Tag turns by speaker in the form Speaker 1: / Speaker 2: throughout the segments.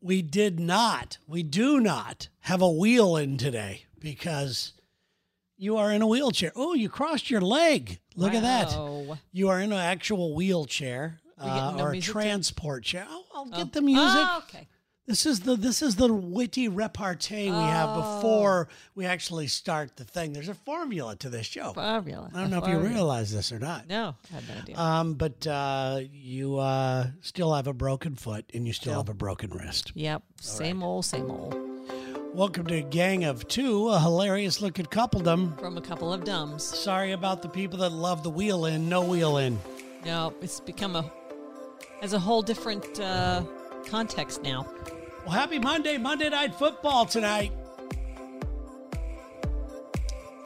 Speaker 1: we did not, we do not have a wheel in today because you are in a wheelchair. Oh, you crossed your leg. Look at that.
Speaker 2: Wow.
Speaker 1: You are in an actual wheelchair
Speaker 2: we
Speaker 1: uh,
Speaker 2: getting no
Speaker 1: or a
Speaker 2: music too?
Speaker 1: transport chair. Oh, I'll
Speaker 2: Oh.
Speaker 1: get the music.
Speaker 2: Oh, okay.
Speaker 1: This is the this is the witty repartee we have
Speaker 2: Oh.
Speaker 1: before we actually start the thing. There's a formula to this show.
Speaker 2: Well, I realize.
Speaker 1: I don't know if you
Speaker 2: well, realize.
Speaker 1: realize this or not.
Speaker 2: No, I had no idea.
Speaker 1: Um, but uh, you uh, still have a broken foot and you still have a broken wrist.
Speaker 2: yep. Same old, same old.
Speaker 1: Welcome to Gang of Two, a hilarious look at coupledom.
Speaker 2: From a couple of dumbs.
Speaker 1: Sorry about the people that love the wheel in, no wheel in.
Speaker 2: No, it's become a has a whole different uh, context now.
Speaker 1: Well, happy Monday, Monday Night Football tonight.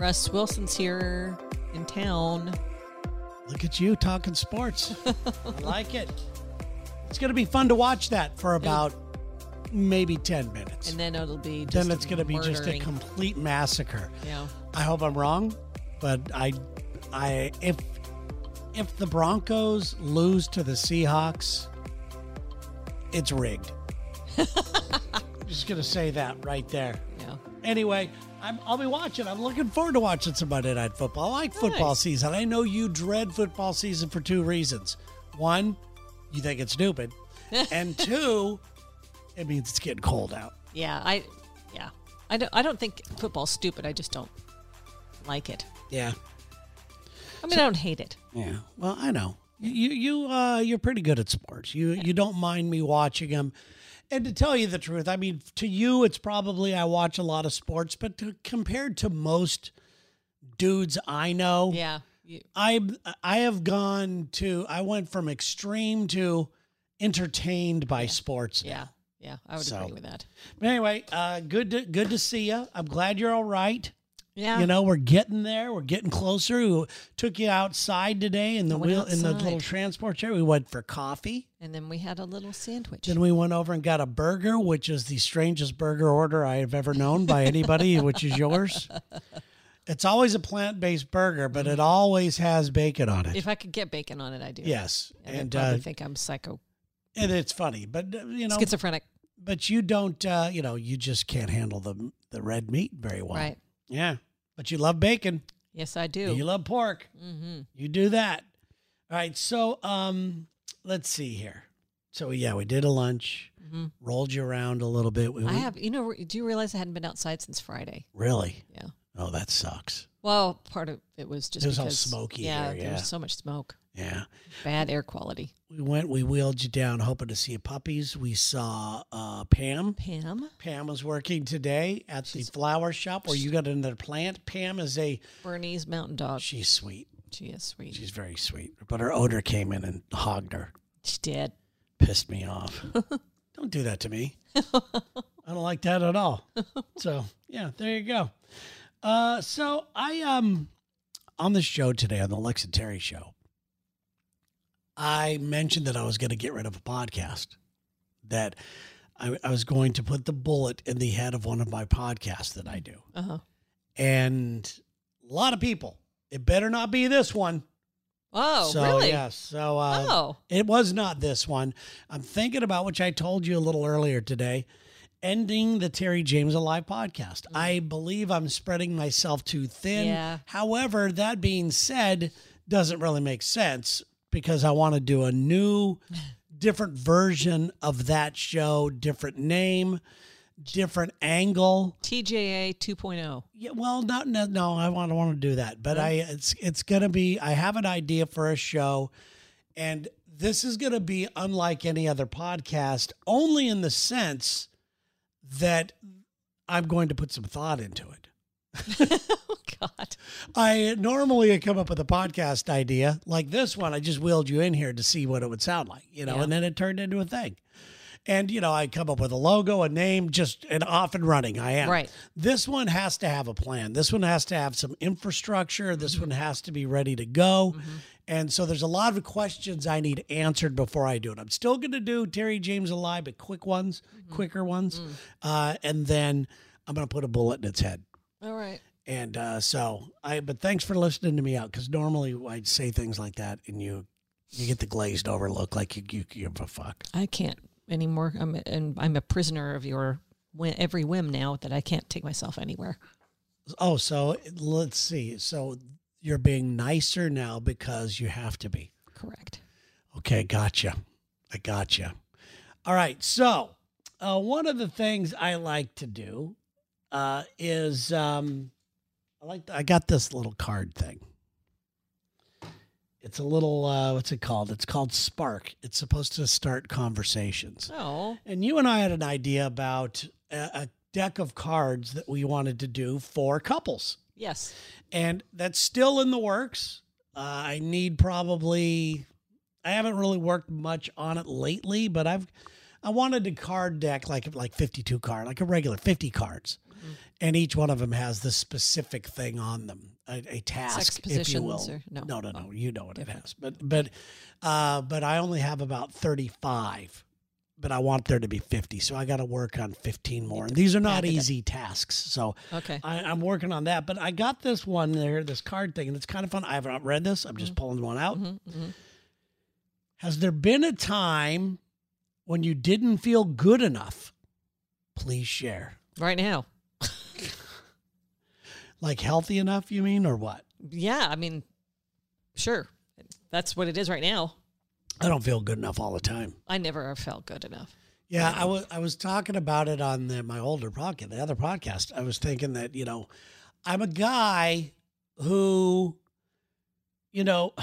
Speaker 2: Russ Wilson's here in town.
Speaker 1: Look at you talking sports. I like it. It's going to be fun to watch that for about maybe 10 minutes.
Speaker 2: And then it'll be just
Speaker 1: Then it's going to be just a
Speaker 2: murdering,
Speaker 1: complete massacre.
Speaker 2: you know.
Speaker 1: I hope I'm wrong, but I, I if if the Broncos lose to the Seahawks, it's rigged. Just gonna say that right there.
Speaker 2: you know.
Speaker 1: Anyway, I'm, I'll be watching. I'm looking forward to watching some Monday Night Football. I like football
Speaker 2: Nice.
Speaker 1: season. I know you dread football season for two reasons. One, you think it's stupid, and two, it means it's getting cold out.
Speaker 2: Yeah, I yeah. I don't I don't think football's stupid. I just don't like it.
Speaker 1: Yeah,
Speaker 2: I mean, I don't hate it.
Speaker 1: Yeah. Well, I know you you uh, you're pretty good at sports. You you don't mind me watching them. And to tell you the truth, I mean, to you, it's probably I watch a lot of sports, but to, compared to most dudes I know,
Speaker 2: Yeah. You,
Speaker 1: I I have gone to I went from extreme to entertained by sports.
Speaker 2: yeah. Yeah, I would
Speaker 1: So.
Speaker 2: agree with that.
Speaker 1: But anyway, uh, good to, good to see you. I'm glad you're all right.
Speaker 2: Yeah.
Speaker 1: You know, we're getting there. We're getting closer. We took you outside today in the
Speaker 2: went
Speaker 1: wheel in the
Speaker 2: outside.
Speaker 1: little transport chair. We went for coffee.
Speaker 2: and then we had a little sandwich.
Speaker 1: Then we went over and got a burger, which is the strangest burger order I have ever known by anybody, which is yours. It's always a plant-based burger, but it always has bacon on it.
Speaker 2: Mm-hmm. if I could get bacon on it, I do.
Speaker 1: yes,
Speaker 2: And,
Speaker 1: and
Speaker 2: they probably
Speaker 1: uh,
Speaker 2: think I'm psycho
Speaker 1: and it's funny, but uh, you know,
Speaker 2: schizophrenic,
Speaker 1: but you don't, uh, you know, you just can't handle the the red meat very well.
Speaker 2: right?
Speaker 1: Yeah, but you love bacon.
Speaker 2: Yes, I
Speaker 1: and You
Speaker 2: do.
Speaker 1: love pork.
Speaker 2: Mm-hmm.
Speaker 1: You do that. All right. So um, let's see here. So yeah, we did a lunch,
Speaker 2: Mhm.
Speaker 1: rolled you around a little bit. We
Speaker 2: I
Speaker 1: we-
Speaker 2: have, you know, do you realize I hadn't been outside since Friday?
Speaker 1: really.
Speaker 2: Yeah.
Speaker 1: Oh, that sucks.
Speaker 2: Well, part of it was just
Speaker 1: It was all
Speaker 2: because,
Speaker 1: smoky
Speaker 2: Yeah,
Speaker 1: here,
Speaker 2: there
Speaker 1: yeah.
Speaker 2: was so much smoke,
Speaker 1: Yeah.
Speaker 2: bad air quality.
Speaker 1: We went. We wheeled you down, hoping to see puppies. We saw uh, Pam.
Speaker 2: Pam
Speaker 1: Pam was working today at the flower shop where you got another plant. Pam is a
Speaker 2: Bernese Mountain Dog.
Speaker 1: she's sweet.
Speaker 2: She is sweet. She,
Speaker 1: She's very sweet. But her odor came in and hogged her.
Speaker 2: did.
Speaker 1: pissed me off. don't do that to me. I don't like that at all. So yeah, there you go. Uh, so I um on the show today on the Lex and Terry show, I mentioned that I was going to get rid of a podcast that I, I was going to put the bullet in the head of one of my podcasts that I do,
Speaker 2: Uh huh.
Speaker 1: and a lot of people. It better not be this one.
Speaker 2: Oh,
Speaker 1: so,
Speaker 2: really?
Speaker 1: Yes. So uh,
Speaker 2: oh,
Speaker 1: it was not this one. I'm thinking about which I told you a little earlier today, ending the Terry James Alive podcast. I believe I'm spreading myself too thin.
Speaker 2: Yeah.
Speaker 1: However, that being said, doesn't really make sense because I want to do a new, different version of that show, different name, different angle.
Speaker 2: TJA 2.0.
Speaker 1: Yeah, well, not no, no I want to want to do that, but I it's it's gonna be. I have an idea for a show, and this is gonna be unlike any other podcast, only in the sense that I'm going to put some thought into it.
Speaker 2: oh God.
Speaker 1: I normally come up with a podcast idea like this one. I just wheeled you in here to see what it would sound like, you know,
Speaker 2: Yeah.
Speaker 1: and then it turned into a thing. And you know, I come up with a logo, a name, just and off and running. I am
Speaker 2: Right.
Speaker 1: This one has to have a plan. This one has to have some infrastructure. This
Speaker 2: Mm-hmm.
Speaker 1: one has to be ready to go. And so there's a lot of questions I need answered before I do it. I'm still going to do Terry James Alive, but quick ones,
Speaker 2: Mm-hmm.
Speaker 1: quicker ones,
Speaker 2: Mm.
Speaker 1: uh, and then I'm going to put a bullet in its head.
Speaker 2: All right.
Speaker 1: And uh, so I, but thanks for listening to me out because normally I'd say things like that and you, you get the glazed over look like you, you give a fuck.
Speaker 2: I can't. anymore. I'm and I'm a prisoner of your whi- every whim now that I can't take myself anywhere.
Speaker 1: Oh, so let's see. So you're being nicer now because you have to be.
Speaker 2: Correct.
Speaker 1: Okay, gotcha. I gotcha. All right. So, uh, one of the things I like to do uh, is um, I like I got this little card thing. It's a little uh, what's it called? It's called Spark. It's supposed to start conversations.
Speaker 2: Oh,
Speaker 1: And you and I had an idea about a, a deck of cards that we wanted to do for couples
Speaker 2: yes.
Speaker 1: and that's still in the works. Uh, I need probably. I haven't really worked much on it lately, but I've I wanted a card deck like like fifty two card, like a regular fifty cards,
Speaker 2: Mm.
Speaker 1: and each one of them has this specific thing on them, a, a
Speaker 2: Sex
Speaker 1: task, if you
Speaker 2: positions
Speaker 1: will.
Speaker 2: or no?
Speaker 1: No, no, no. You know what it has, but but uh, but I only have about thirty five. But I want there to be 50, so I got to work on 15 more. And these are not
Speaker 2: pack it up.
Speaker 1: easy tasks, so
Speaker 2: Okay.
Speaker 1: I, I'm working on that, but I got this one there, this card thing, and it's kind of fun. I haven't read this. I'm just pulling one out.
Speaker 2: Mhm, mhm.
Speaker 1: Has there been a time when you didn't feel good enough? Please share.
Speaker 2: Right now.
Speaker 1: Like healthy enough, you mean, or what?
Speaker 2: Yeah. I mean, sure. That's what it is right now.
Speaker 1: I don't feel good enough all the time.
Speaker 2: I never have felt good enough.
Speaker 1: Yeah, I was I was talking about it on the, my older podcast, the other podcast. I was thinking that you know, I'm a guy who, you know,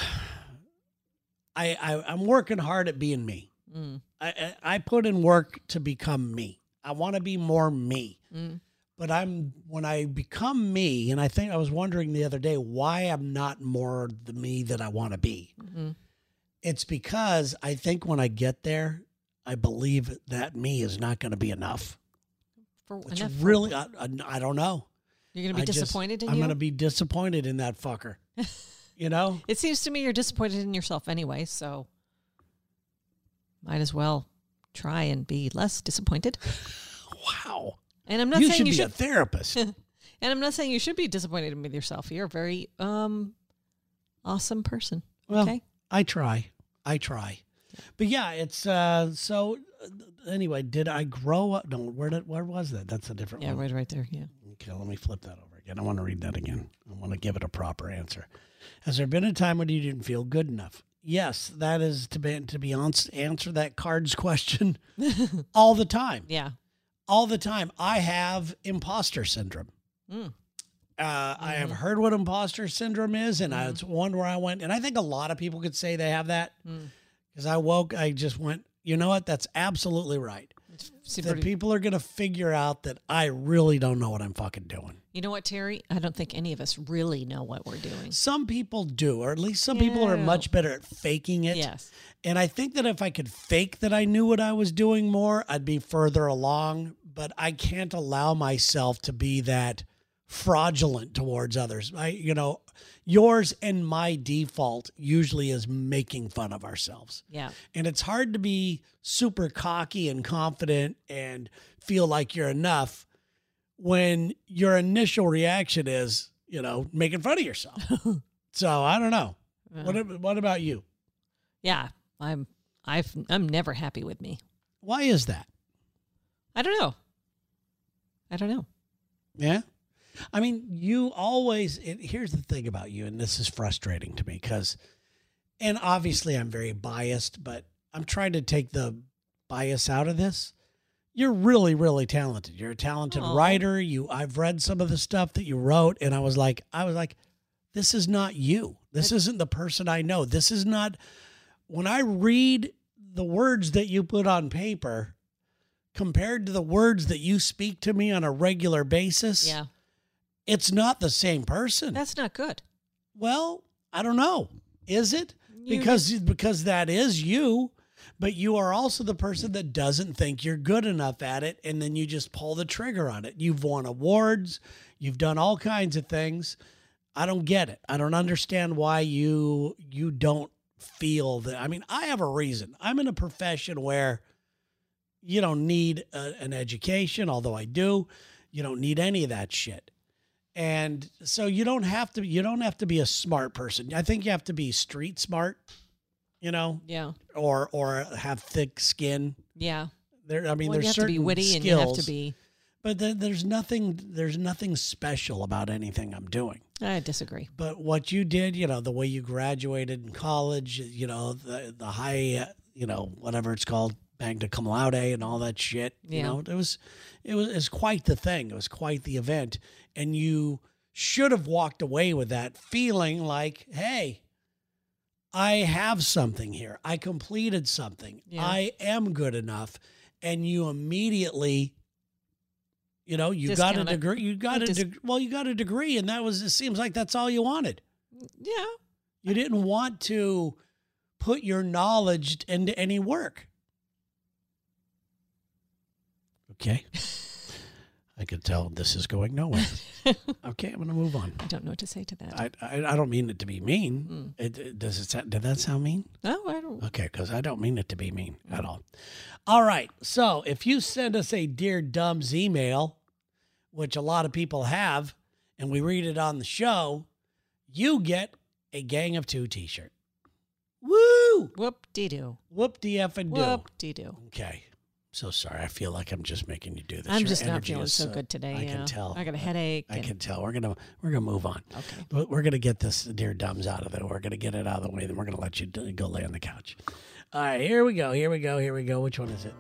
Speaker 1: I, I I'm working hard at being me.
Speaker 2: Mm,
Speaker 1: I, I I put in work to become me. I want to be more me.
Speaker 2: mm.
Speaker 1: But I'm when I become me, and I think I was wondering the other day why I'm not more the me that I want to be.
Speaker 2: Mhm.
Speaker 1: It's because I think when I get there, I believe that me is not going to be enough.
Speaker 2: For
Speaker 1: It's
Speaker 2: enough.
Speaker 1: really I, I, I don't know.
Speaker 2: You're going to be
Speaker 1: I just-
Speaker 2: disappointed in
Speaker 1: I'm
Speaker 2: you.
Speaker 1: going to be disappointed in that fucker. you know,
Speaker 2: It seems to me you're disappointed in yourself anyway, so might as well try and be less disappointed.
Speaker 1: wow.
Speaker 2: And I'm not
Speaker 1: you
Speaker 2: saying
Speaker 1: should
Speaker 2: you
Speaker 1: be
Speaker 2: should
Speaker 1: a therapist.
Speaker 2: and I'm not saying you should be disappointed with yourself. You're a very um awesome person.
Speaker 1: Well,
Speaker 2: okay.
Speaker 1: I try. I try. But yeah, it's uh so uh, anyway, did I grow up no where did where was that? That's a different
Speaker 2: Yeah,
Speaker 1: one.
Speaker 2: right right there. Yeah.
Speaker 1: Okay, let me flip that over again. I want to read that again. I want to give it a proper answer. Has there been a time when you didn't feel good enough? Yes, that is to be to be honest, answer that cards question all the time.
Speaker 2: Yeah.
Speaker 1: All the time. I have imposter syndrome.
Speaker 2: Mm.
Speaker 1: Uh, I have heard what imposter syndrome is, and I, it's one where I went, and I think a lot of people could say they have that
Speaker 2: Mm.
Speaker 1: because I woke, I just went, you know what? That's absolutely right.
Speaker 2: It's
Speaker 1: The
Speaker 2: super-
Speaker 1: people are going to figure out that I really don't know what I'm fucking doing.
Speaker 2: you know what, Terry? I don't think any of us really know what we're doing.
Speaker 1: Some people do, or at least some people are
Speaker 2: Yeah.
Speaker 1: much better at faking it.
Speaker 2: Yes.
Speaker 1: And I think that if I could fake that I knew what I was doing more, I'd be further along, but I can't allow myself to be that fraudulent towards others. I, you know, yours and my default usually is making fun of ourselves.
Speaker 2: Yeah.
Speaker 1: And it's hard to be super cocky and confident and feel like you're enough when your initial reaction is, you know, making fun of yourself. so I don't know.
Speaker 2: Uh,
Speaker 1: What, ab- what about you?
Speaker 2: yeah. I'm I've I'm never happy with me.
Speaker 1: Why is that?
Speaker 2: I don't know. I don't know.
Speaker 1: Yeah. I mean, you always, it, here's the thing about you, and this is frustrating to me because, and obviously I'm very biased, but I'm trying to take the bias out of this. You're really, really talented. You're a talented
Speaker 2: Aw.
Speaker 1: writer. You, I've read some of the stuff that you wrote, and I was like, I was like, this is not you. This isn't the person I know. This is not, when I read the words that you put on paper compared to the words that you speak to me on a regular basis,
Speaker 2: Yeah.
Speaker 1: it's not the same person.
Speaker 2: That's not good.
Speaker 1: well, I don't know. Is it?
Speaker 2: You
Speaker 1: Because because that is you, but you are also the person that doesn't think you're good enough at it and then you just pull the trigger on it. You've won awards, you've done all kinds of things. I don't get it. I don't understand why you you don't feel that. I mean, I have a reason. I'm in a profession where you don't need a, an education, although I do. You don't need any of that shit. And so you don't have to you don't have to be a smart person. I think you have to be street smart, you know,
Speaker 2: Yeah.
Speaker 1: or or have thick skin
Speaker 2: Yeah.
Speaker 1: There, I mean,
Speaker 2: Well,
Speaker 1: there's
Speaker 2: you have to
Speaker 1: certain
Speaker 2: be witty
Speaker 1: skills,
Speaker 2: and you have to be.
Speaker 1: but there- there's nothing, there's nothing special about anything I'm doing.
Speaker 2: I disagree.
Speaker 1: But what you did, you know, the way you graduated in college, you know, the the high, uh, you know, whatever it's called, magna cum laude, and all that shit. You
Speaker 2: Yeah.
Speaker 1: know, it was, it was, it's quite the thing. It was quite the event, and you should have walked away with that feeling like, hey, I have something here. I completed something.
Speaker 2: Yeah.
Speaker 1: I am good enough, and you immediately. You know, you
Speaker 2: Discount
Speaker 1: got a
Speaker 2: it.
Speaker 1: degree. You got
Speaker 2: I
Speaker 1: a
Speaker 2: dis-
Speaker 1: deg- well, you got a degree, and that was. It seems like that's all you wanted.
Speaker 2: Yeah.
Speaker 1: You didn't want to put your knowledge into any work. Okay. I can tell this is going nowhere. okay, I'm going to move on.
Speaker 2: I don't know what to say to that.
Speaker 1: I, I, I don't mean it to be mean.
Speaker 2: Mm.
Speaker 1: It, it- does it sound, did that sound mean?
Speaker 2: No, Oh, I don't.
Speaker 1: Okay, because I don't mean it to be mean at all. All right. So if you send us a Dear Dumbs email, which a lot of people have, and we read it on the show, you get a Gang of Two t shirt. Woo!
Speaker 2: Whoop de doo.
Speaker 1: Whoop DF and do.
Speaker 2: Whoop de doo.
Speaker 1: Okay. So sorry. I feel like I'm just making you do this.
Speaker 2: I'm
Speaker 1: Your
Speaker 2: just not
Speaker 1: energy
Speaker 2: feeling
Speaker 1: is
Speaker 2: so good today.
Speaker 1: I
Speaker 2: yeah.
Speaker 1: can tell.
Speaker 2: I got a headache.
Speaker 1: I
Speaker 2: and-
Speaker 1: can tell. We're gonna we're gonna move on.
Speaker 2: Okay.
Speaker 1: But we're going to get this dear dumbs out of there. We're going to get it out of the way. Then we're going to let you d- go lay on the couch. All right, here we go. Here we go. Here we go. Which one is it?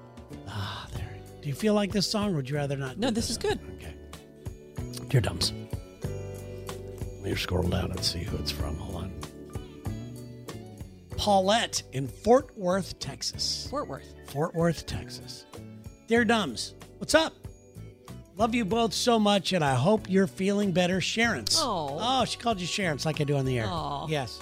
Speaker 1: Ah, there. Do you feel like this song? Or would you rather not?
Speaker 2: No,
Speaker 1: do
Speaker 2: this is good.
Speaker 1: Okay. Dear dumbs. Let me scroll down and see who it's from. Hold on. Paulette in Fort Worth, Texas.
Speaker 2: Fort Worth.
Speaker 1: Fort Worth, Texas. Dear Dumbs, what's up? Love you both so much, and I hope you're feeling better, Sharon's.
Speaker 2: Oh.
Speaker 1: Oh, she called you Sharon's like I do on the air.
Speaker 2: Oh.
Speaker 1: Yes.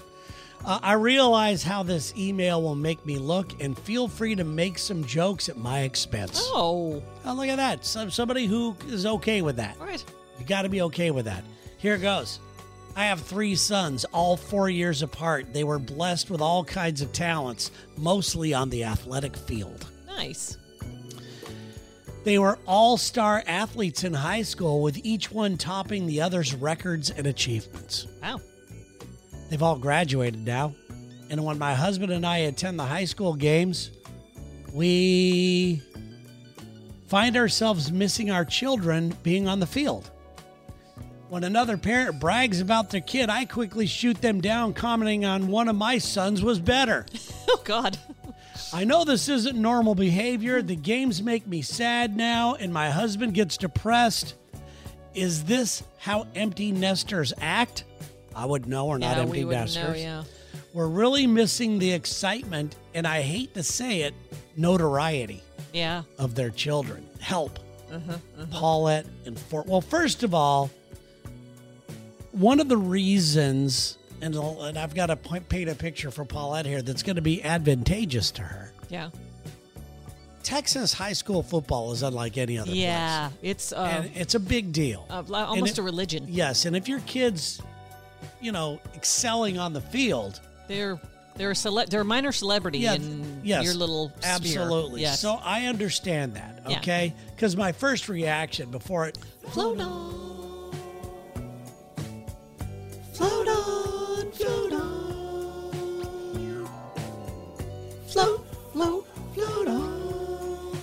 Speaker 1: Uh, I realize how this email will make me look, and feel free to make some jokes at my expense.
Speaker 2: Oh.
Speaker 1: Oh, look at that. Some, somebody who is okay with that.
Speaker 2: All right.
Speaker 1: You got to be okay with that. Here goes. I have three sons, all four years apart. They were blessed with all kinds of talents, mostly on the athletic field.
Speaker 2: Nice.
Speaker 1: They were all star athletes in high school, with each one topping the other's records and achievements.
Speaker 2: Wow.
Speaker 1: They've all graduated now. And when my husband and I attend the high school games, we find ourselves missing our children being on the field. When another parent brags about their kid, I quickly shoot them down, commenting on one of my sons was better.
Speaker 2: Oh God.
Speaker 1: I know this isn't normal behavior. The games make me sad now, and my husband gets depressed. Is this how empty nesters act? I would know we're not
Speaker 2: yeah,
Speaker 1: empty
Speaker 2: we wouldn't
Speaker 1: nesters.
Speaker 2: know. Yeah.
Speaker 1: We're really missing the excitement, and I hate to say it, notoriety
Speaker 2: Yeah.
Speaker 1: of their children. Help.
Speaker 2: Uh-huh,
Speaker 1: Paulette and Fort. Well, first of all, one of the reasons, and, I'll- and I've got to point, paint a picture for Paulette here that's going to be advantageous to her.
Speaker 2: Yeah.
Speaker 1: Texas high school football is unlike any other
Speaker 2: Yeah. It's uh,
Speaker 1: place. And it's a big deal.
Speaker 2: uh, li- almost
Speaker 1: it-
Speaker 2: a religion.
Speaker 1: yes, and if your kids, you know, excelling on the field,
Speaker 2: They're they're a cele- they're a minor celebrity
Speaker 1: yeah,
Speaker 2: in
Speaker 1: yes,
Speaker 2: your little sphere.
Speaker 1: absolutely.
Speaker 2: Yes.
Speaker 1: So I understand that,
Speaker 2: Yeah.
Speaker 1: okay? Because my first reaction before it,
Speaker 2: float on. Float on, float on. Float, float, float on.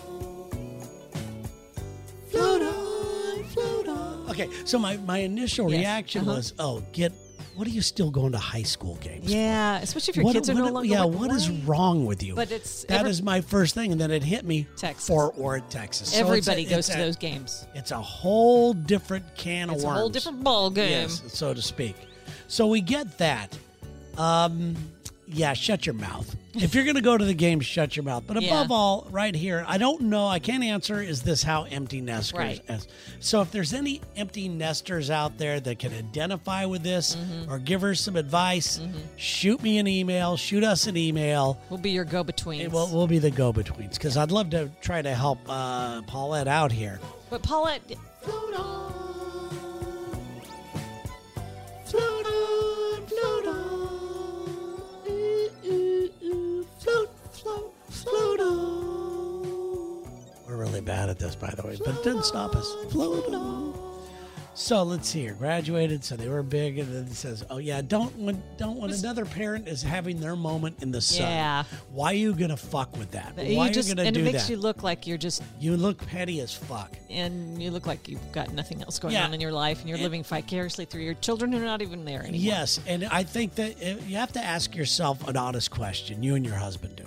Speaker 2: Float on, float on.
Speaker 1: okay. So my my initial
Speaker 2: Yes,
Speaker 1: reaction
Speaker 2: uh-huh.
Speaker 1: was, oh, get, what are you still going to high school games?
Speaker 2: Yeah, especially if your
Speaker 1: What-
Speaker 2: kids are
Speaker 1: what-
Speaker 2: no longer.
Speaker 1: yeah,
Speaker 2: like,
Speaker 1: what is
Speaker 2: why?
Speaker 1: wrong with you?
Speaker 2: But it's
Speaker 1: that is
Speaker 2: every-
Speaker 1: my first thing, and then it hit me.
Speaker 2: Texas.
Speaker 1: Fort Worth, Texas. So it's a-
Speaker 2: Everybody goes
Speaker 1: it's
Speaker 2: to
Speaker 1: a-
Speaker 2: those games.
Speaker 1: It's a whole different can
Speaker 2: It's
Speaker 1: of
Speaker 2: a
Speaker 1: worms.
Speaker 2: whole different ball game.
Speaker 1: yes, so to speak. So we get that. Um, yeah, shut your mouth. If you're going to go to the game, shut your mouth. But
Speaker 2: Yeah.
Speaker 1: above all, right here, I don't know. I can't answer. Is this how empty nesters?
Speaker 2: Right.
Speaker 1: is? So if there's any empty nesters out there that can identify with this
Speaker 2: Mm-hmm.
Speaker 1: or give her some advice, shoot me an email. Shoot us an email.
Speaker 2: We'll be your go-betweens.
Speaker 1: We'll, we'll be the go-betweens because I'd love to try to help uh, Paulette out here.
Speaker 2: But Paulette, float on, float on, float on, ooh, ooh, ooh. float, float, float on.
Speaker 1: We're really bad at this, by the way, but it didn't stop us. Float on. So let's see here. Graduated, so they were big, and then it says, "Oh yeah, don't when don't when another parent is having their moment in the sun.
Speaker 2: Yeah.
Speaker 1: Why are you gonna fuck with that?
Speaker 2: But
Speaker 1: Why
Speaker 2: you just
Speaker 1: are you gonna
Speaker 2: and
Speaker 1: do
Speaker 2: it makes
Speaker 1: that?
Speaker 2: you look like you're just
Speaker 1: you look petty as fuck.
Speaker 2: and you look like you've got nothing else going
Speaker 1: Yeah.
Speaker 2: on in your life and you're living vicariously through your children who are not even there anymore.
Speaker 1: Yes, and I think that uh, you have to ask yourself an honest question. You and your husband do.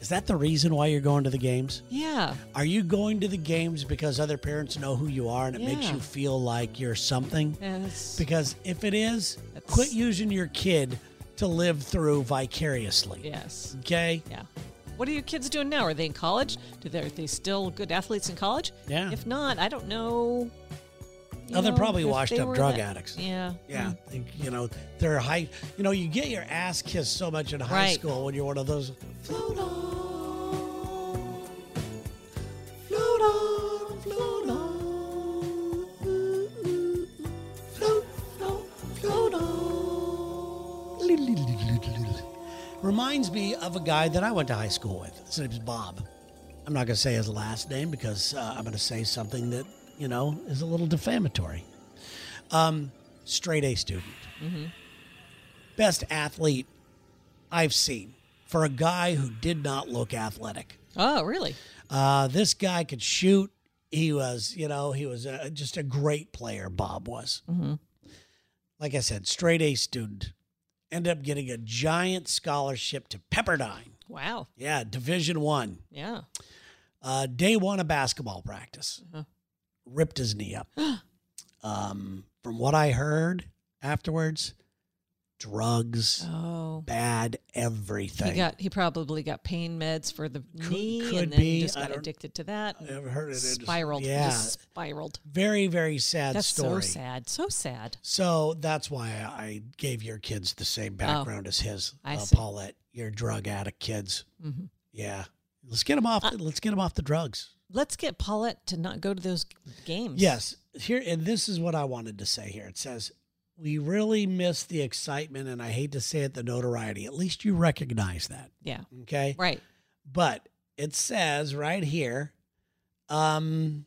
Speaker 1: Is that the reason why you're going to the games?
Speaker 2: Yeah.
Speaker 1: Are you going to the games because other parents know who you are and it makes
Speaker 2: Yeah.
Speaker 1: you feel like you're something?
Speaker 2: Yes.
Speaker 1: Because if it is,
Speaker 2: That's-
Speaker 1: quit using your kid to live through vicariously.
Speaker 2: yes.
Speaker 1: Okay?
Speaker 2: Yeah. What are your kids doing now? Are they in college? Do they are they still good athletes in college?
Speaker 1: Yeah.
Speaker 2: If not, I don't know. you
Speaker 1: Oh, they're
Speaker 2: know,
Speaker 1: probably
Speaker 2: if
Speaker 1: washed
Speaker 2: they
Speaker 1: up
Speaker 2: were
Speaker 1: drug
Speaker 2: that-
Speaker 1: addicts.
Speaker 2: Yeah. Mm.
Speaker 1: Yeah, they- you know they're high. You know you get your ass kissed so much in high
Speaker 2: Right.
Speaker 1: school when you're one of those. Float on, float on, float on, float, float, float on. Reminds me of a guy that I went to high school with. His name's Bob. I'm not going to say his last name because uh, I'm going to say something that you know is a little defamatory Um, straight A student. Best athlete I've seen for a guy who did not look athletic.
Speaker 2: Oh, really?
Speaker 1: Uh, this guy could shoot. He was, you know, he was uh just a great player, Bob was.
Speaker 2: Mm-hmm.
Speaker 1: Like I said, straight A student. Ended up getting a giant scholarship to Pepperdine.
Speaker 2: Wow.
Speaker 1: Yeah, Division One.
Speaker 2: Yeah.
Speaker 1: Uh, day one of basketball practice,
Speaker 2: Uh-huh.
Speaker 1: ripped his knee up. um, from what I heard afterwards, drugs,
Speaker 2: Oh.
Speaker 1: bad everything.
Speaker 2: He got he probably got pain meds for the knee
Speaker 1: could
Speaker 2: and then
Speaker 1: be.
Speaker 2: just
Speaker 1: I
Speaker 2: got
Speaker 1: don't-
Speaker 2: addicted to that. and
Speaker 1: I've heard it. it just-
Speaker 2: spiraled.
Speaker 1: yeah,
Speaker 2: Just spiraled.
Speaker 1: very very sad
Speaker 2: That's
Speaker 1: story.
Speaker 2: so sad. So sad.
Speaker 1: So that's why I I gave your kids the same background as his.
Speaker 2: Oh.
Speaker 1: uh,
Speaker 2: I see.
Speaker 1: Paulette, your drug addict kids.
Speaker 2: Mhm.
Speaker 1: Yeah, let's get them off.
Speaker 2: Uh,
Speaker 1: let's get them off the drugs.
Speaker 2: Let's get Paulette to not go to those games.
Speaker 1: Yes. Here and this is what I wanted to say here. It says we really miss the excitement and I hate to say it the notoriety. At least you recognize that,
Speaker 2: Yeah.
Speaker 1: okay?
Speaker 2: Right.
Speaker 1: But it says right here um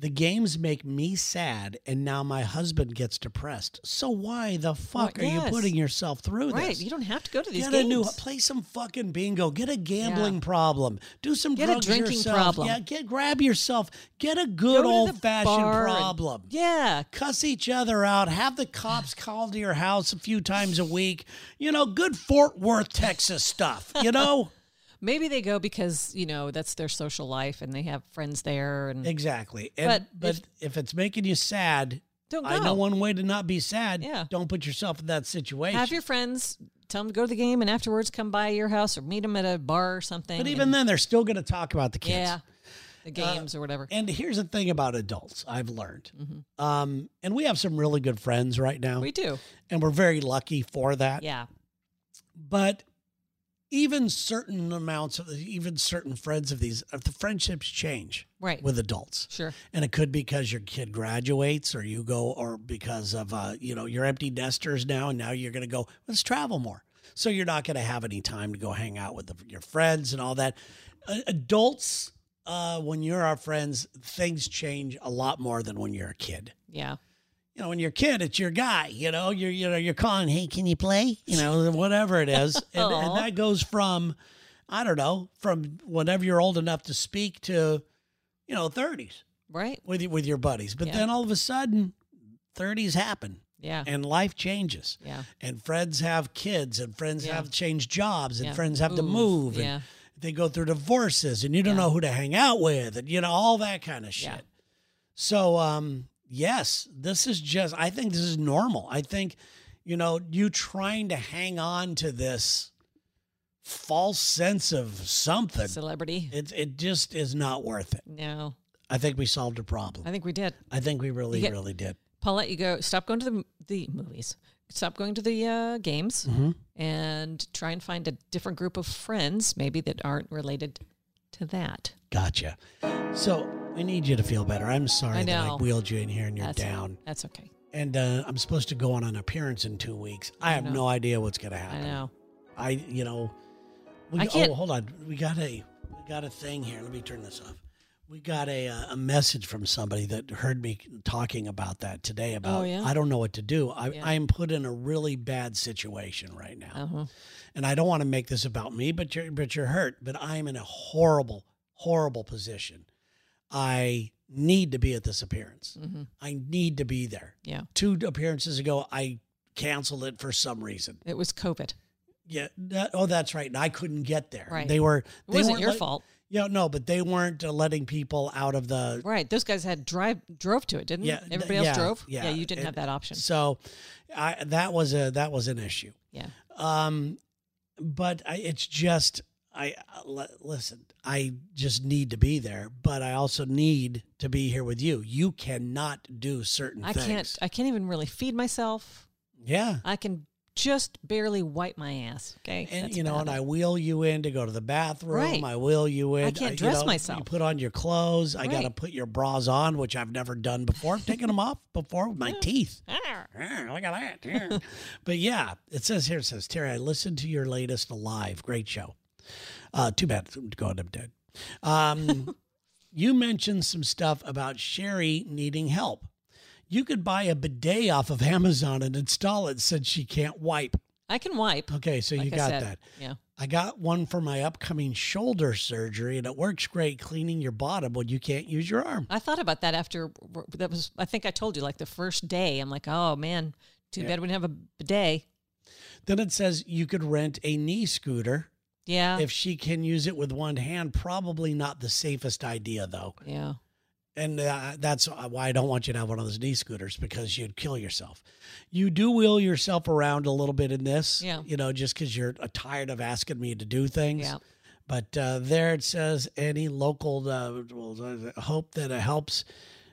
Speaker 1: the games make me sad and now my husband gets depressed. So why the fuck
Speaker 2: Well,
Speaker 1: are
Speaker 2: yes.
Speaker 1: you putting yourself through
Speaker 2: Right.
Speaker 1: this?
Speaker 2: You don't have to go to these
Speaker 1: Get
Speaker 2: games.
Speaker 1: a new play some fucking bingo. Get a gambling problem. Do some
Speaker 2: Get a
Speaker 1: drugs
Speaker 2: drinking
Speaker 1: yourself.
Speaker 2: problem.
Speaker 1: Yeah, get grab yourself. Get a
Speaker 2: Go
Speaker 1: good
Speaker 2: to the
Speaker 1: old fashioned
Speaker 2: bar and-
Speaker 1: problem.
Speaker 2: yeah.
Speaker 1: Cuss each other out. Have the cops call to your house a few times a week. You know, good Fort Worth, Texas stuff. You know
Speaker 2: Maybe they go because, you know, that's their social life and they have friends there and
Speaker 1: exactly. And,
Speaker 2: But
Speaker 1: but if, it's making you sad,
Speaker 2: don't go.
Speaker 1: I know one way to not be sad.
Speaker 2: Yeah.
Speaker 1: Don't put yourself in that situation.
Speaker 2: have your friends tell them to go to the game and afterwards come by your house or meet them at a bar or something.
Speaker 1: but even
Speaker 2: and-
Speaker 1: then, they're still going to talk about the kids. Uh,
Speaker 2: Yeah. The games or whatever.
Speaker 1: And here's the thing about adults I've learned. Um, and we have some really good friends right now,
Speaker 2: Mm-hmm. We do.
Speaker 1: and we're very lucky for that.
Speaker 2: Yeah.
Speaker 1: But even certain amounts of even certain friends of these of the friendships change
Speaker 2: Right.
Speaker 1: with adults.
Speaker 2: Sure.
Speaker 1: And it could be because your kid graduates or you go or because of uh, you know, you're empty nesters now and now you're gonna go, let's travel more. So you're not gonna have any time to go hang out with the, your friends and all that. Uh, adults, uh, when you're our friends, things change a lot more than when you're a kid
Speaker 2: Yeah.
Speaker 1: you know, when you're a kid, it's your guy. You know, you're you know you're calling, hey, can you play? You know, whatever it is, and,
Speaker 2: Aw.
Speaker 1: and that goes from, I don't know, from whenever you're old enough to speak to, you know, thirties
Speaker 2: Right.
Speaker 1: with your- with your buddies. But
Speaker 2: Yeah.
Speaker 1: then all of a sudden, thirties happen
Speaker 2: Yeah.
Speaker 1: and life changes,
Speaker 2: Yeah.
Speaker 1: and friends have kids, and friends
Speaker 2: Yeah.
Speaker 1: have changed jobs, and
Speaker 2: Yeah.
Speaker 1: friends have to
Speaker 2: Move.
Speaker 1: move, and
Speaker 2: Yeah.
Speaker 1: they go through divorces, and you don't
Speaker 2: Yeah.
Speaker 1: know who to hang out with, and you know all that kind of shit.
Speaker 2: Yeah.
Speaker 1: So, um, yes, this is just, I think this is normal. I think, you know, you trying to hang on to this false sense of something,
Speaker 2: Celebrity.
Speaker 1: it, it just is not worth it.
Speaker 2: No.
Speaker 1: I think we solved a problem.
Speaker 2: I think we did.
Speaker 1: I think we really,
Speaker 2: You get-
Speaker 1: really did.
Speaker 2: Paulette, you go stop going to the the movies. Stop going to the uh, games
Speaker 1: Mhm.
Speaker 2: and try and find a different group of friends, maybe that aren't related to that.
Speaker 1: Gotcha. So, we need you to feel better. I'm sorry
Speaker 2: I
Speaker 1: that I
Speaker 2: know.
Speaker 1: wheeled you in here and you're
Speaker 2: That's-
Speaker 1: down.
Speaker 2: That's okay.
Speaker 1: And uh, I'm supposed to go on an appearance in two weeks. I have
Speaker 2: know.
Speaker 1: no idea what's going to happen.
Speaker 2: I know.
Speaker 1: I you know we,
Speaker 2: I can't-
Speaker 1: oh hold on. We got a we got a thing here. Let me turn this off. We got a uh, a message from somebody that heard me talking about that today about
Speaker 2: Oh, yeah?
Speaker 1: I don't know what to do. I,
Speaker 2: Yeah.
Speaker 1: I am put in a really bad situation right now.
Speaker 2: Uh-huh.
Speaker 1: And I don't want to make this about me, but you're but you're hurt. But I am in a horrible, horrible position. I need to be at this appearance.
Speaker 2: hmm
Speaker 1: I need to be there.
Speaker 2: Yeah.
Speaker 1: Two appearances ago, I canceled it for some reason.
Speaker 2: It was COVID. It
Speaker 1: Yeah. that- oh, that's right. And I couldn't get there.
Speaker 2: Right.
Speaker 1: They were. They
Speaker 2: wasn't
Speaker 1: weren't
Speaker 2: your
Speaker 1: let-
Speaker 2: fault.
Speaker 1: Yeah. No, but they weren't uh, letting people out of the.
Speaker 2: Right. Those guys had drive drove to it, didn't
Speaker 1: Yeah,
Speaker 2: they?
Speaker 1: th-
Speaker 2: Everybody else
Speaker 1: yeah,
Speaker 2: drove?
Speaker 1: yeah.
Speaker 2: you didn't
Speaker 1: It-
Speaker 2: have that option.
Speaker 1: So, I, that was a that was an issue.
Speaker 2: Yeah.
Speaker 1: Um, but I, it's just I I- li- listen. I just need to be there, but I also need to be here with you. You cannot do certain
Speaker 2: I
Speaker 1: things.
Speaker 2: can't uh, I can't even really feed myself.
Speaker 1: Yeah.
Speaker 2: I can just barely wipe my ass. Okay.
Speaker 1: And
Speaker 2: That's
Speaker 1: you know,
Speaker 2: about
Speaker 1: and
Speaker 2: it.
Speaker 1: I wheel you in to go to the bathroom.
Speaker 2: Right.
Speaker 1: I wheel you in. uh,
Speaker 2: can't
Speaker 1: you
Speaker 2: dress
Speaker 1: know, You
Speaker 2: myself.
Speaker 1: put on your clothes. I got to
Speaker 2: Right.
Speaker 1: put your bras on, which I've never done before. I've taken them off before with my teeth.
Speaker 2: Arr.
Speaker 1: Arr, Look at that. Arr. but yeah, it says here, it says, Terry, I listened to your latest live. Great show. Uh, too bad God, I'm dead. Um, you mentioned some stuff about Sherry needing help. You could buy a bidet off of Amazon and install it since she can't wipe.
Speaker 2: I can wipe.
Speaker 1: Okay, so Oh, you
Speaker 2: like I
Speaker 1: got
Speaker 2: said.
Speaker 1: that.
Speaker 2: Yeah.
Speaker 1: I got one for my upcoming shoulder surgery, and it works great cleaning your bottom when you can't use your arm.
Speaker 2: I thought about that after that was I think I told you like the first day. I'm like, oh man, too
Speaker 1: Yeah.
Speaker 2: bad we didn't have a bidet.
Speaker 1: Then it says you could rent a knee scooter.
Speaker 2: Yeah.
Speaker 1: If she can use it with one hand, probably not the safest idea, though.
Speaker 2: yeah.
Speaker 1: And uh, that's why I don't want you to have one of those knee scooters because you'd kill yourself. You do wheel yourself around a little bit in this,
Speaker 2: Yeah.
Speaker 1: you know, just because you're uh, tired of asking me to do things.
Speaker 2: Yeah.
Speaker 1: But uh, there it says any local uh, will- uh, hope that it helps.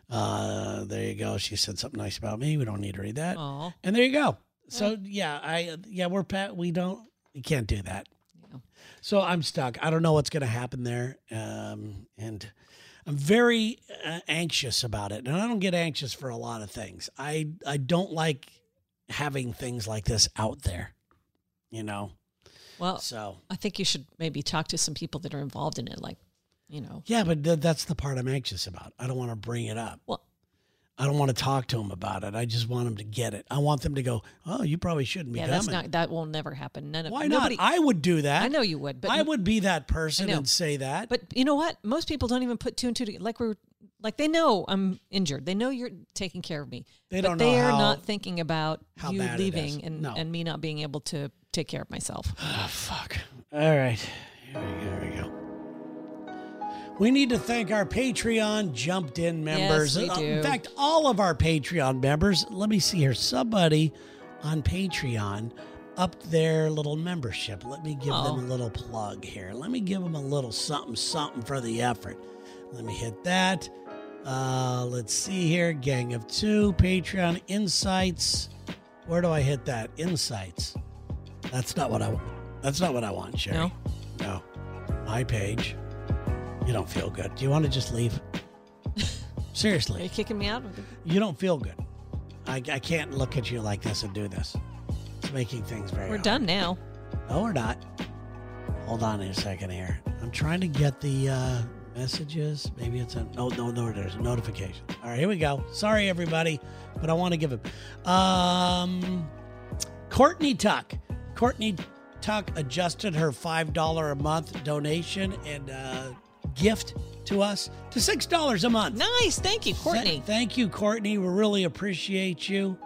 Speaker 1: Uh, there you go. She said something nice about me. We don't need to read that.
Speaker 2: Oh.
Speaker 1: And there you go. So yeah, I yeah we're pat. We don't. We can't do that.
Speaker 2: Yeah.
Speaker 1: So I'm stuck. I don't know what's going to happen there, um, and I'm very uh, anxious about it. And I don't get anxious for a lot of things. I I don't like having things like this out there. You know.
Speaker 2: Well,
Speaker 1: So
Speaker 2: I think you should maybe talk to some people that are involved in it, like, you know.
Speaker 1: Yeah, but th- that's the part I'm anxious about. I don't want to bring it up.
Speaker 2: Well,
Speaker 1: I don't want to talk to them about it. I just want them to get it. I want them to go, "Oh, you probably shouldn't be
Speaker 2: yeah,
Speaker 1: coming."
Speaker 2: that's not that will never happen. None of
Speaker 1: Why
Speaker 2: nobody,
Speaker 1: not? I would do that.
Speaker 2: I know you would, but
Speaker 1: I would be that person
Speaker 2: I know.
Speaker 1: and say that.
Speaker 2: But you know what? Most people don't even put two and two together. Like we're like they know I'm injured. They know you're taking care of me.
Speaker 1: They
Speaker 2: but
Speaker 1: don't know
Speaker 2: they are
Speaker 1: how-
Speaker 2: not thinking about
Speaker 1: how
Speaker 2: you
Speaker 1: bad it is.
Speaker 2: leaving and
Speaker 1: No.
Speaker 2: and me not being able to take care of myself.
Speaker 1: oh, fuck. All right. Here we go. Here we go. We need to thank our Patreon jumped in members.
Speaker 2: we
Speaker 1: Uh,
Speaker 2: do.
Speaker 1: In fact, all of our Patreon members. Let me see here. Somebody on Patreon upped their little membership. Let me give
Speaker 2: Oh.
Speaker 1: them a little plug here. Let me give them a little something, something for the effort. Let me hit that. Uh, let's see here. Gang of two, Patreon insights. Where do I hit that? Insights. That's not what I want. That's not what I want, Sherry.
Speaker 2: No?
Speaker 1: No. My page. You don't feel good. Do you want to just leave?
Speaker 2: Are
Speaker 1: Seriously,
Speaker 2: you kicking me out?
Speaker 1: you don't feel good. I, I can't look at you like this and do this. It's making things very.
Speaker 2: We're
Speaker 1: hard.
Speaker 2: done now.
Speaker 1: No, Oh, we're not. Hold on a second here. I'm trying to get the uh, messages. Maybe it's a oh no no there's a notification. All right, here we go. Sorry everybody, but I want to give him. Um, Courtney Tuck. Courtney Tuck adjusted her five dollar a month donation and uh, gift to us to six dollars a month.
Speaker 2: Nice. Thank you, Courtney.
Speaker 1: Th- thank you, Courtney. We really appreciate you.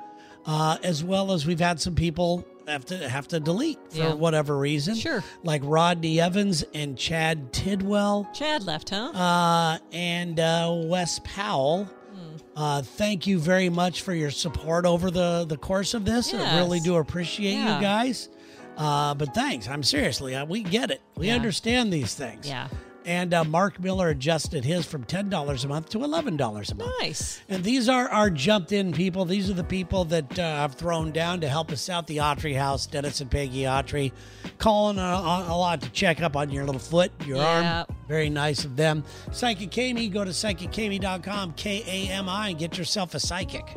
Speaker 1: Uh, as well as we've had some people have to have to delete for
Speaker 2: Yeah.
Speaker 1: whatever reason.
Speaker 2: Sure.
Speaker 1: Like Rodney Evans and Chad Tidwell
Speaker 2: Chad left, huh?
Speaker 1: uh, and uh, Wes Powell.
Speaker 2: Hmm.
Speaker 1: Uh, thank you very much for your support over the, the course of this. I really
Speaker 2: Yes.
Speaker 1: do appreciate
Speaker 2: Yeah.
Speaker 1: you guys. Uh, but thanks. I'm seriously, uh, we get it. We
Speaker 2: Yeah.
Speaker 1: understand these things.
Speaker 2: Yeah.
Speaker 1: And uh, Mark Miller adjusted his from $10 a month to $11 a month.
Speaker 2: nice.
Speaker 1: And these are our jumped in people. These are the people that uh, have thrown down to help us out. The Autry House, Dennis and Peggy Autry, calling a, a lot to check up on your little foot, your
Speaker 2: Yeah.
Speaker 1: arm. Very nice of them. Psychic Kami, go to psychicami.com, K A M I, and get yourself a psychic.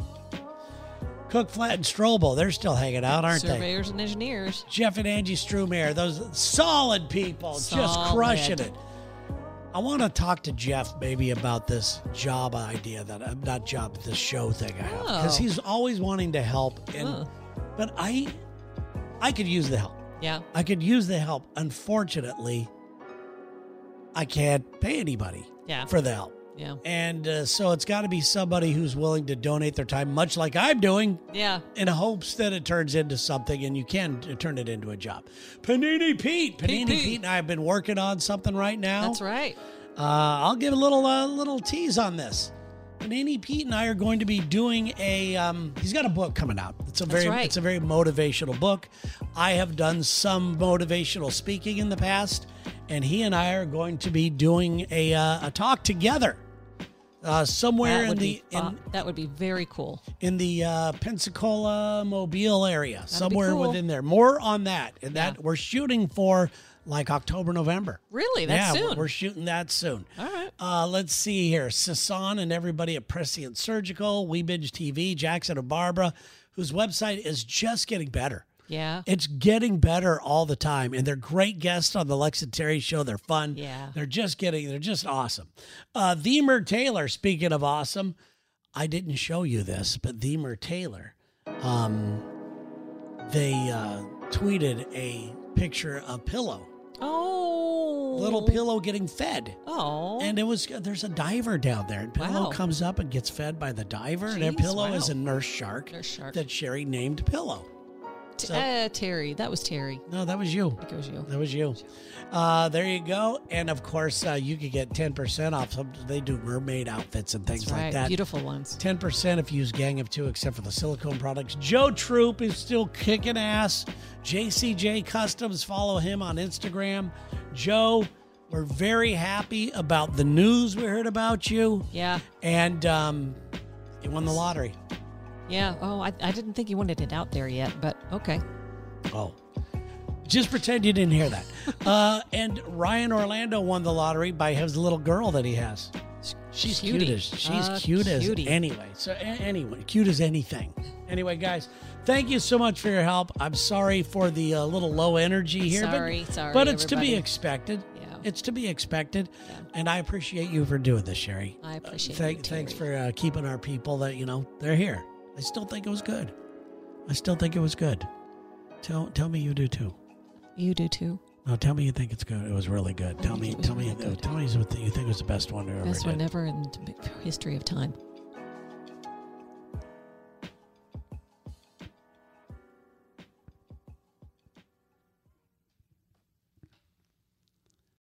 Speaker 1: Cook Flat and Strobel, they're still hanging out, aren't they?
Speaker 2: Surveyors and engineers.
Speaker 1: Jeff and Angie Strumair, those solid people, just
Speaker 2: Solid.
Speaker 1: crushing it. I want to talk to Jeff maybe about this job idea that I'm not job, this show thing I have because
Speaker 2: Oh.
Speaker 1: he's always wanting to help, and
Speaker 2: Huh.
Speaker 1: but I, I could use the help.
Speaker 2: Yeah.
Speaker 1: I could use the help. Unfortunately, I can't pay anybody
Speaker 2: Yeah.
Speaker 1: for the help,
Speaker 2: Yeah.
Speaker 1: and uh, so it's got to be somebody who's willing to donate their time, much like I'm doing,
Speaker 2: Yeah.
Speaker 1: in hopes that it turns into something and you can t- turn it into a job. Panini Pete, Panini Pete,
Speaker 2: Pete, Pete.
Speaker 1: and I have been working on something right now.
Speaker 2: That's right.
Speaker 1: Uh, I'll give a little uh, little tease on this. Panini Pete and I are going to be doing a. Um, he's got a book coming out. It's a
Speaker 2: That's
Speaker 1: very
Speaker 2: right.
Speaker 1: it's a very motivational book. I have done some motivational speaking in the past, and he and I are going to be doing a uh, a talk together uh, somewhere
Speaker 2: That
Speaker 1: in
Speaker 2: would,
Speaker 1: the
Speaker 2: be,
Speaker 1: in,
Speaker 2: fa- that would be very cool.
Speaker 1: in the uh, Pensacola Mobile area,
Speaker 2: be
Speaker 1: somewhere
Speaker 2: cool.
Speaker 1: within there. More on that, and
Speaker 2: Yeah.
Speaker 1: that we're shooting for like October, November.
Speaker 2: Really? That's
Speaker 1: yeah, we're-
Speaker 2: soon.
Speaker 1: we're shooting that soon.
Speaker 2: All right.
Speaker 1: Uh, let's see here. Sasan and everybody at Prescient Surgical, We Binge TV, Jackson and Barbara, whose website is just getting better.
Speaker 2: Yeah.
Speaker 1: It's getting better all the time, and they're great guests on the Lex and Terry show. They're fun.
Speaker 2: Yeah.
Speaker 1: they're just getting. They're just awesome. Uh, Themer Taylor. Speaking of awesome, I didn't show you this, but Themer Taylor, um, they uh, tweeted a picture of pillow,
Speaker 2: Oh.
Speaker 1: little pillow getting fed.
Speaker 2: Oh.
Speaker 1: And it was there's a diver down there, and Pillow
Speaker 2: Wow.
Speaker 1: comes up and gets fed by the diver. and
Speaker 2: Jeez,
Speaker 1: Pillow is
Speaker 2: wow.
Speaker 1: a nurse shark,
Speaker 2: Nurse shark.
Speaker 1: that Sherry named Pillow.
Speaker 2: T-
Speaker 1: so-
Speaker 2: uh, Terry. That was Terry.
Speaker 1: No, that was you.
Speaker 2: I think it was you.
Speaker 1: That was you. Uh, there you go. And of course, uh, you could get ten percent off. Some, they do mermaid outfits and things
Speaker 2: That's right.
Speaker 1: like that.
Speaker 2: Beautiful ones.
Speaker 1: Ten percent if you use Gang of Two, except for the silicone products. Joe Troop is still kicking ass. JCJ Customs, follow him on Instagram. Joe, we're very happy about the news we heard about you.
Speaker 2: Yeah.
Speaker 1: and um, he won the lottery.
Speaker 2: Yeah. Oh, I, I didn't think he wanted it out there yet, but okay.
Speaker 1: Oh, just pretend you didn't hear that. uh, and Ryan Orlando won the lottery by his little girl that he has. She's
Speaker 2: Cutie.
Speaker 1: cute as she's
Speaker 2: Uh,
Speaker 1: cute as
Speaker 2: cutie.
Speaker 1: anyway. So a- anyway, cute as anything. Anyway, guys, thank you so much for your help. I'm sorry for the uh, little low energy here, but-
Speaker 2: Sorry,
Speaker 1: but,
Speaker 2: sorry,
Speaker 1: it's to be
Speaker 2: everybody.
Speaker 1: expected.
Speaker 2: Yeah.
Speaker 1: It's to be expected, and I appreciate you for doing this, Sherry.
Speaker 2: I appreciate
Speaker 1: Thank,
Speaker 2: you,
Speaker 1: thanks
Speaker 2: Terry.
Speaker 1: for uh, keeping our people that you know they're here. I still think it was good. I still think it was good. Tell tell me you do too.
Speaker 2: You do too.
Speaker 1: No, tell me you think it's good. It was really good. Tell
Speaker 2: think
Speaker 1: me,
Speaker 2: it was
Speaker 1: tell me,
Speaker 2: really good.
Speaker 1: tell me what you think was the best one we ever
Speaker 2: Best
Speaker 1: did.
Speaker 2: one ever in the history of time.